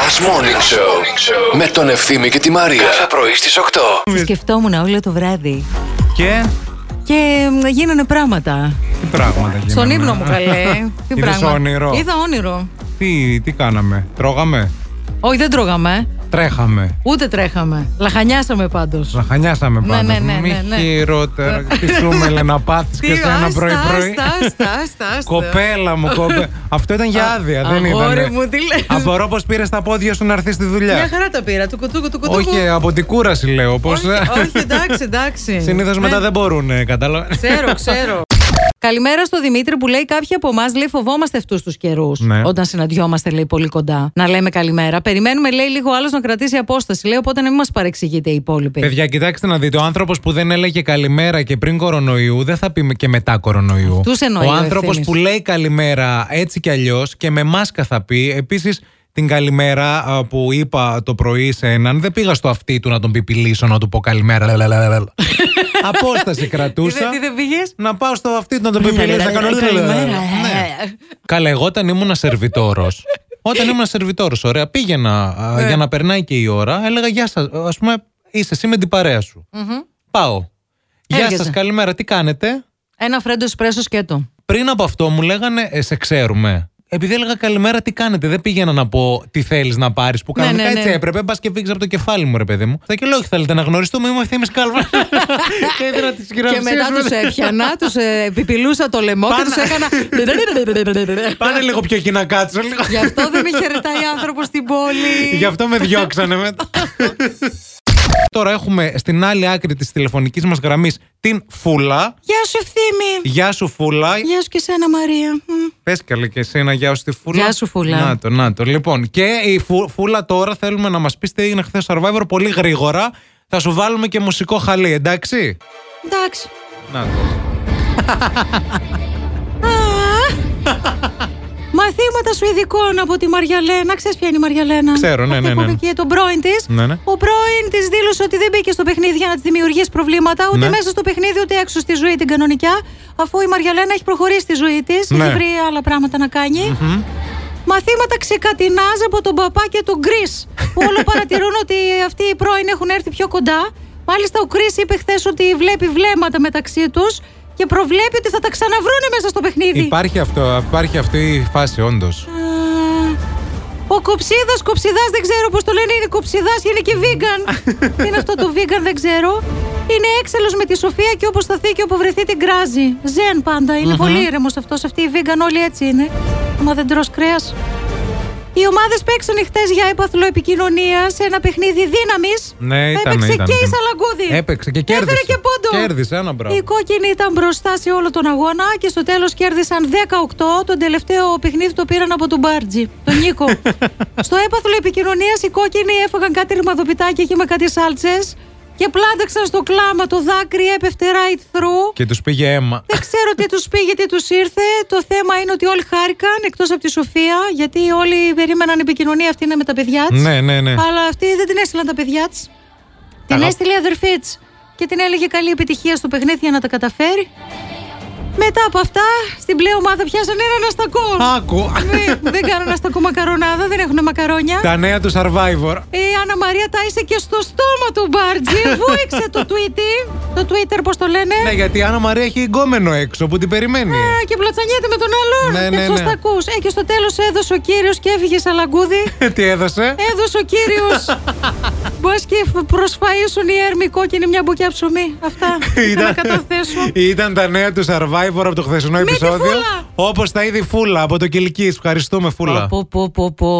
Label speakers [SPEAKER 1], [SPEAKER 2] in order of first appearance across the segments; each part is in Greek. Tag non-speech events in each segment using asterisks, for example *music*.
[SPEAKER 1] Last Morning Show με τον Ευθύμη και τη Μαρία. Κάθε πρωί στις 8.
[SPEAKER 2] Σκεφτόμουν όλο το βράδυ.
[SPEAKER 3] Και
[SPEAKER 2] Και μ, γίνανε πράγματα.
[SPEAKER 3] τι πράγματα γίνανε.
[SPEAKER 2] Στον ύπνο μου,
[SPEAKER 3] *laughs*
[SPEAKER 2] καλέ. Τι
[SPEAKER 3] Είδες
[SPEAKER 2] πράγμα.
[SPEAKER 3] όνειρο.
[SPEAKER 2] Είδα όνειρο.
[SPEAKER 3] τι, τι κάναμε, τρώγαμε,
[SPEAKER 2] Όχι, δεν τρώγαμε. ε.
[SPEAKER 3] τρέχαμε.
[SPEAKER 2] Ούτε τρέχαμε. Λαχανιάσαμε πάντως.
[SPEAKER 3] Λαχανιάσαμε
[SPEAKER 2] Ναι,
[SPEAKER 3] πάντα.
[SPEAKER 2] ναι, ναι,
[SPEAKER 3] Μη
[SPEAKER 2] ναι, ναι. *laughs*
[SPEAKER 3] χειρότερα. Τι σούμελε να πάθεις και σε ένα πρωί-πρωί.
[SPEAKER 2] Άστα, άστα, άστα, άστα.
[SPEAKER 3] Κοπέλα μου,
[SPEAKER 2] *laughs*
[SPEAKER 3] κοπέ. Αυτό ήταν για
[SPEAKER 2] Α,
[SPEAKER 3] άδεια, δεν
[SPEAKER 2] αγόρι
[SPEAKER 3] ήταν.
[SPEAKER 2] μου, τι λες.
[SPEAKER 3] Απορώ πως πήρες τα πόδια σου να έρθεις στη
[SPEAKER 2] Μια
[SPEAKER 3] δουλειά.
[SPEAKER 2] χαρά τα πήρα. Του κουτούκου, του κουτούκου.
[SPEAKER 3] Όχι, ε, από την κούραση λέω. Πως...
[SPEAKER 2] όχι, όχι, εντάξει, εντάξει.
[SPEAKER 3] Συνήθως
[SPEAKER 2] Ναι,
[SPEAKER 3] μετά δεν μπορούν, ε, κατάλαβα.
[SPEAKER 2] Ξέρω,
[SPEAKER 3] *laughs*
[SPEAKER 2] ξέρω. Καλημέρα στο Δημήτρη που λέει: Κάποιοι από εμάς λέει φοβόμαστε αυτούς τους καιρούς.
[SPEAKER 3] Ναι.
[SPEAKER 2] Όταν συναντιόμαστε, λέει πολύ κοντά. Να λέμε καλημέρα. Περιμένουμε, λέει, λίγο άλλος να κρατήσει απόσταση. Λέει, οπότε να μην μας παρεξηγείτε οι υπόλοιποι.
[SPEAKER 3] Παιδιά, κοιτάξτε να δείτε. Ο άνθρωπος που δεν έλεγε καλημέρα και πριν κορονοϊού, δεν θα πει και μετά κορονοϊού.
[SPEAKER 2] Αυτούς εννοεί ο
[SPEAKER 3] ο άνθρωπος
[SPEAKER 2] Ευθύμης.
[SPEAKER 3] που λέει καλημέρα έτσι κι αλλιώς και με μάσκα θα πει. Επίσης, την καλημέρα α, που είπα το πρωί σε έναν, δεν πήγα στο αυτί του να τον πιπηλήσω να του πω καλημέρα. λαλαλαλαλα.
[SPEAKER 2] *laughs*
[SPEAKER 3] Απόσταση κρατούσα.
[SPEAKER 2] Τι δεν πήγες.
[SPEAKER 3] να πάω στο αυτί του να τον
[SPEAKER 2] Ναι,
[SPEAKER 3] πιπηλήσω να κάνω.
[SPEAKER 2] Καλημέρα.
[SPEAKER 3] Ναι.
[SPEAKER 2] ε.
[SPEAKER 3] Καλά, εγώ όταν ήμουν σερβιτόρος. Όταν ήμουν σερβιτόρος, ωραία, πήγαινα α, για να περνάει και η ώρα, έλεγα Γεια σας. Ας πούμε, είσαι εσύ με την παρέα σου. Πάω. Γεια
[SPEAKER 2] Έρχεσαι.
[SPEAKER 3] σα, καλημέρα, τι κάνετε.
[SPEAKER 2] Ένα φρέντο εσπρέσο σκέτο.
[SPEAKER 3] Πριν από αυτό μου λέγανε «Ε, Σε ξέρουμε. Επειδή έλεγα καλημέρα, τι κάνετε. Δεν πήγαινα να πω τι θέλεις να πάρεις που
[SPEAKER 2] Ναι,
[SPEAKER 3] κανονικά
[SPEAKER 2] ναι, ναι.
[SPEAKER 3] έτσι έπρεπε. Μπας και φύγεις από το κεφάλι μου, ρε παιδί μου. Θα και λέω, «Όχι, θέλετε να γνωριστούμε, είμαι ευθύνη
[SPEAKER 2] *laughs*
[SPEAKER 3] κάλβα. και έδινα τη
[SPEAKER 2] Και μετά του έπιανα, τους επιπηλούσα το λαιμό και
[SPEAKER 3] Πάνε-
[SPEAKER 2] τους έκανα.
[SPEAKER 3] Πάνε λίγο πιο εκεί να κάτσω. λίγο.
[SPEAKER 2] Γι' αυτό δεν με χαιρετάει άνθρωπος στην πόλη.
[SPEAKER 3] Γι' αυτό με διώξανε μετά. Τώρα έχουμε στην άλλη άκρη της τηλεφωνικής μας γραμμής την Φούλα.
[SPEAKER 2] Γεια σου, Ευθύμη.
[SPEAKER 3] Γεια σου Φούλα.
[SPEAKER 2] Γεια σου και σένα, Μαρία. Μμ.
[SPEAKER 3] Πες καλή και εσένα γεια σου στη Φούλα.
[SPEAKER 2] Γεια σου, Φούλα.
[SPEAKER 3] Να το, να το. Λοιπόν και η Φου- Φούλα τώρα θέλουμε να μας πεις τι έγινε χθες στο Survivor πολύ γρήγορα. Θα σου βάλουμε και μουσικό χαλί εντάξει.
[SPEAKER 2] Εντάξει.
[SPEAKER 3] Να το.
[SPEAKER 2] Μαθήματα Σουηδικών από τη Μαριαλένα. Ξέρεις ποια είναι η Μαριαλένα.
[SPEAKER 3] Ξέρω, ναι,
[SPEAKER 2] Αυτή
[SPEAKER 3] ναι,
[SPEAKER 2] που
[SPEAKER 3] ναι.
[SPEAKER 2] είπε και τον πρώην της.
[SPEAKER 3] Ναι, ναι.
[SPEAKER 2] Ο πρώην της δήλωσε ότι δεν μπήκε στο παιχνίδι για να της δημιουργήσει προβλήματα, ούτε
[SPEAKER 3] Ναι.
[SPEAKER 2] μέσα στο παιχνίδι, ούτε έξω στη ζωή την κανονικά. Αφού η Μαριαλένα έχει προχωρήσει τη ζωή της,
[SPEAKER 3] Ναι.
[SPEAKER 2] έχει βρει άλλα πράγματα να κανει Μαθήματα ξεκατινάζ από τον παπά και τον Κρι. Που όλο παρατηρούν ότι αυτοί οι πρώην έχουν έρθει πιο κοντά. Μάλιστα, ο Κρι είπε χθες ότι βλέπει βλέμματα μεταξύ τους και προβλέπει ότι θα τα ξαναβρούνε μέσα στο παιχνίδι.
[SPEAKER 3] Υπάρχει, αυτό, υπάρχει αυτή η φάση όντως.
[SPEAKER 2] Α, Ο κοψίδας, κοψιδάς, δεν ξέρω πώς το λένε. Είναι κοψιδάς, είναι και
[SPEAKER 3] *laughs*
[SPEAKER 2] vegan. Τι είναι αυτό το vegan, δεν ξέρω. Είναι έξαλλο με τη Σοφία και όπως σταθεί και όπου βρεθεί την κράζει. Ζεν πάντα. Είναι πολύ ήρεμος αυτός. Αυτοί οι vegan όλοι έτσι είναι. Μα δεν τρως κρέας. Οι ομάδες παίξανε χτες για έπαθλο επικοινωνία σε ένα παιχνίδι δύναμης.
[SPEAKER 3] Ναι, ήταν,
[SPEAKER 2] Έπαιξε
[SPEAKER 3] ήταν,
[SPEAKER 2] και η
[SPEAKER 3] ήταν.
[SPEAKER 2] Σαλαγκούδη.
[SPEAKER 3] Έπαιξε και
[SPEAKER 2] Ε, Έφερε
[SPEAKER 3] κέρδισε.
[SPEAKER 2] και πόντο.
[SPEAKER 3] Κέρδισε, ένα μπράβο.
[SPEAKER 2] Η κόκκινη ήταν μπροστά σε όλο τον αγώνα και στο τέλος κέρδισαν 18. Τον τελευταίο παιχνίδι το πήραν από τον Μπάρτζι, τον
[SPEAKER 3] *laughs*
[SPEAKER 2] Νίκο. στο έπαθλο επικοινωνίας οι κόκκινοι έφαγαν κάτι ρημαδοπιτάκι εκεί με κάτι σάλτσες και πλάνταξαν στο κλάμα το δάκρυ, έπεφτε right through.
[SPEAKER 3] Και τους πήγε αίμα.
[SPEAKER 2] Δεν ξέρω τι τους πήγε, τι τους ήρθε. Το θέμα είναι ότι όλοι χάρηκαν εκτός από τη Σοφία, γιατί όλοι περίμεναν η επικοινωνία αυτή είναι με τα παιδιά της.
[SPEAKER 3] ναι, ναι, ναι.
[SPEAKER 2] Αλλά αυτή δεν την έστειλαν τα παιδιά της. Την
[SPEAKER 3] Καλά.
[SPEAKER 2] έστειλε η αδερφή της και την έλεγε καλή επιτυχία στο παιχνίδι για να τα καταφέρει. Μετά από αυτά, στην πλέον ομάδα πιάσαν ένα αναστακό.
[SPEAKER 3] Άκου.
[SPEAKER 2] Ναι, δεν κάνουν αναστακό μακαρονάδα, δεν έχουν μακαρόνια.
[SPEAKER 3] Τα νέα του Survivor.
[SPEAKER 2] Η Άννα Μαρία τάισε και στο στόμα του
[SPEAKER 3] *laughs*
[SPEAKER 2] Μπάρτζι. Βούηξε το Twitter. Το Twitter, πώς το λένε.
[SPEAKER 3] Ναι, γιατί η Άννα Μαρία έχει γκόμενο έξω που την περιμένει.
[SPEAKER 2] Α, και πλατσανιέται με τον άλλον.
[SPEAKER 3] Ναι,
[SPEAKER 2] και
[SPEAKER 3] ναι,
[SPEAKER 2] ποιος
[SPEAKER 3] ναι.
[SPEAKER 2] τα ακούς. Ε, και στο τέλος έδωσε ο κύριος και έφυγε σαλαγκούδι.
[SPEAKER 3] Ε, Τι έδωσε.
[SPEAKER 2] έδωσε ο κύριος. Μπας και προσφαίσουν οι έρμοι κόκκινοι μια μπουκιά ψωμί. Αυτά. Είχα Ε, να καταθέσω.
[SPEAKER 3] Ήταν τα νέα του Survivor από το χθεσινό
[SPEAKER 2] τη
[SPEAKER 3] επεισόδιο.
[SPEAKER 2] Φούλα.
[SPEAKER 3] Όπως τα είδη η Φούλα από το Κυλική. Ευχαριστούμε, Φούλα.
[SPEAKER 2] Πω, πω, πω, πω.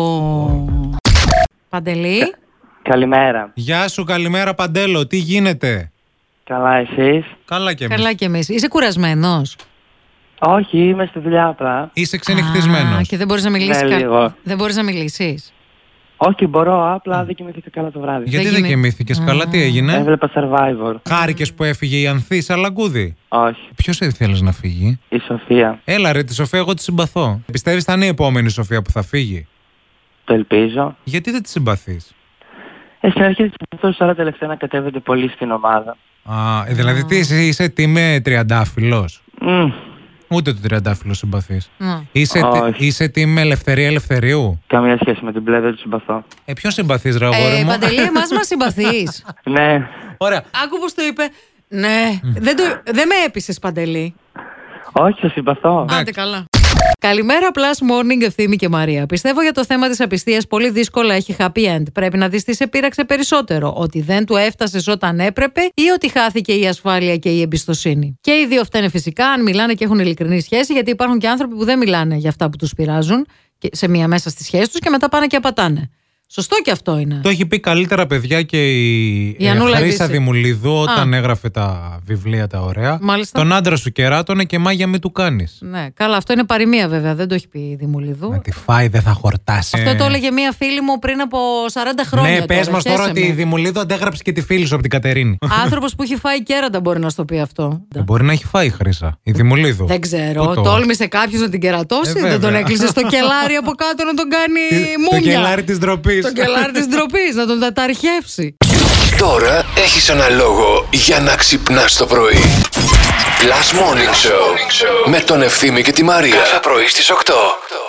[SPEAKER 2] Παντελή.
[SPEAKER 4] Καλημέρα.
[SPEAKER 3] Γεια σου, καλημέρα Παντέλο. Τι γίνεται.
[SPEAKER 4] Καλά εσείς.
[SPEAKER 3] Καλά και εμείς.
[SPEAKER 2] Καλά κι εμείς. Είσαι κουρασμένος.
[SPEAKER 4] Όχι, είμαι στη δουλειά απλά.
[SPEAKER 3] Είσαι ξενυχτισμένος.
[SPEAKER 2] Και δεν μπορείς να μιλήσεις.
[SPEAKER 4] Ναι, λίγο.
[SPEAKER 2] Δεν μπορείς να μιλήσεις.
[SPEAKER 4] Όχι, μπορώ, απλά δεν κοιμηθήκα καλά το βράδυ.
[SPEAKER 3] Γιατί
[SPEAKER 2] δεν
[SPEAKER 3] δεν
[SPEAKER 2] κοιμη-
[SPEAKER 3] κοιμήθηκε καλά, τι έγινε.
[SPEAKER 4] Έβλεπα Survivor.
[SPEAKER 3] Χάρηκες που έφυγε η Ανθή Σαλαγκούδη.
[SPEAKER 4] Όχι,
[SPEAKER 3] Ποιος ήθελε να φύγει.
[SPEAKER 4] η Σοφία.
[SPEAKER 3] Έλα, ρε, τη Σοφία, εγώ τη συμπαθώ. Πιστεύεις θα είναι η επόμενη Σοφία που θα φύγει.
[SPEAKER 4] Το ελπίζω.
[SPEAKER 3] Γιατί δεν τη συμπαθείς.
[SPEAKER 4] Ε, στην αρχή της περίοδος τώρα τελευταία να κατέβεται πολύ στην ομάδα.
[SPEAKER 3] Α, ε, δηλαδή τι είσαι, είσαι τι είμαι τριαντάφυλλος.
[SPEAKER 4] Μμμ.
[SPEAKER 3] Ούτε τον τριαντάφυλλο συμπαθεί.
[SPEAKER 2] Να.
[SPEAKER 3] Είσαι, τι-
[SPEAKER 4] Όχι.
[SPEAKER 3] είσαι team ελευθερία ελευθερίου.
[SPEAKER 4] Καμία σχέση με την μπλε, δεν του συμπαθώ.
[SPEAKER 3] Ε, ποιον συμπαθείς, ρε αγόρι
[SPEAKER 2] Ε,
[SPEAKER 3] μου.
[SPEAKER 2] Παντελή, εμάς μας συμπαθείς.
[SPEAKER 4] Ναι,
[SPEAKER 3] *laughs* Ωραία.
[SPEAKER 2] Άκου πώς το είπε. Ναι, δεν, το- δεν με έπεισες, Παντελή.
[SPEAKER 4] όχι, σα συμπαθώ.
[SPEAKER 2] Άντε καλά. Καλημέρα, Plus Morning, Ευθύμη και Μαρία. Πιστεύω για το θέμα της απιστίας πολύ δύσκολα έχει happy end. Πρέπει να δεις τι σε πείραξε περισσότερο. Ότι δεν του έφτασε όταν έπρεπε ή ότι χάθηκε η ασφάλεια και η εμπιστοσύνη. Και οι δύο φταίνε φυσικά αν μιλάνε και έχουν ειλικρινή σχέση, γιατί υπάρχουν και άνθρωποι που δεν μιλάνε για αυτά που τους πειράζουν και σε μία μέσα στη σχέση τους και μετά πάνε και απατάνε. Σωστό και αυτό είναι.
[SPEAKER 3] Το έχει πει καλύτερα, παιδιά, και η,
[SPEAKER 2] Η Ανούλα
[SPEAKER 3] Χρήσα
[SPEAKER 2] Δύση.
[SPEAKER 3] Δημουλίδου όταν έγραφε τα βιβλία τα ωραία.
[SPEAKER 2] Μάλιστα.
[SPEAKER 3] Τον άντρα σου κεράτωνε και μάγια μη του κάνεις.
[SPEAKER 2] Ναι, καλά, αυτό είναι παροιμία βέβαια, δεν το έχει πει η Δημουλίδου.
[SPEAKER 3] Να τη φάει, δεν θα χορτάσει.
[SPEAKER 2] Αυτό το έλεγε μία φίλη μου πριν από 40 χρόνια.
[SPEAKER 3] Ναι, πε
[SPEAKER 2] τώρα,
[SPEAKER 3] μας τώρα
[SPEAKER 2] χέσε
[SPEAKER 3] ότι
[SPEAKER 2] με.
[SPEAKER 3] η Δημουλίδου αντέγραψε και τη φίλη σου από την Κατερίνη.
[SPEAKER 2] Άνθρωπος που έχει φάει κέρατα μπορεί να στο πει αυτό.
[SPEAKER 3] Ε, Μπορεί να έχει φάει η Χρήσα. Η Δημουλίδου.
[SPEAKER 2] Δεν ξέρω.
[SPEAKER 3] Πού το-
[SPEAKER 2] Τόλμησε κάποιος να την κερατώσει.
[SPEAKER 3] Ε, βέβαια. Ε,
[SPEAKER 2] δεν τον έκλεισε
[SPEAKER 3] *laughs*
[SPEAKER 2] στο κελάρι από κάτω να τον κάνει
[SPEAKER 3] Το
[SPEAKER 2] μουμια.
[SPEAKER 3] κελάρι της ντροπής.
[SPEAKER 2] Το κελάρι τη ντροπής, να τον ταταρχεύσει.
[SPEAKER 1] Τώρα έχεις ένα λόγο για να ξυπνάς το πρωί. Last Morning Show με τον Ευθύμη και τη Μαρία. Κάθε πρωί στις 8.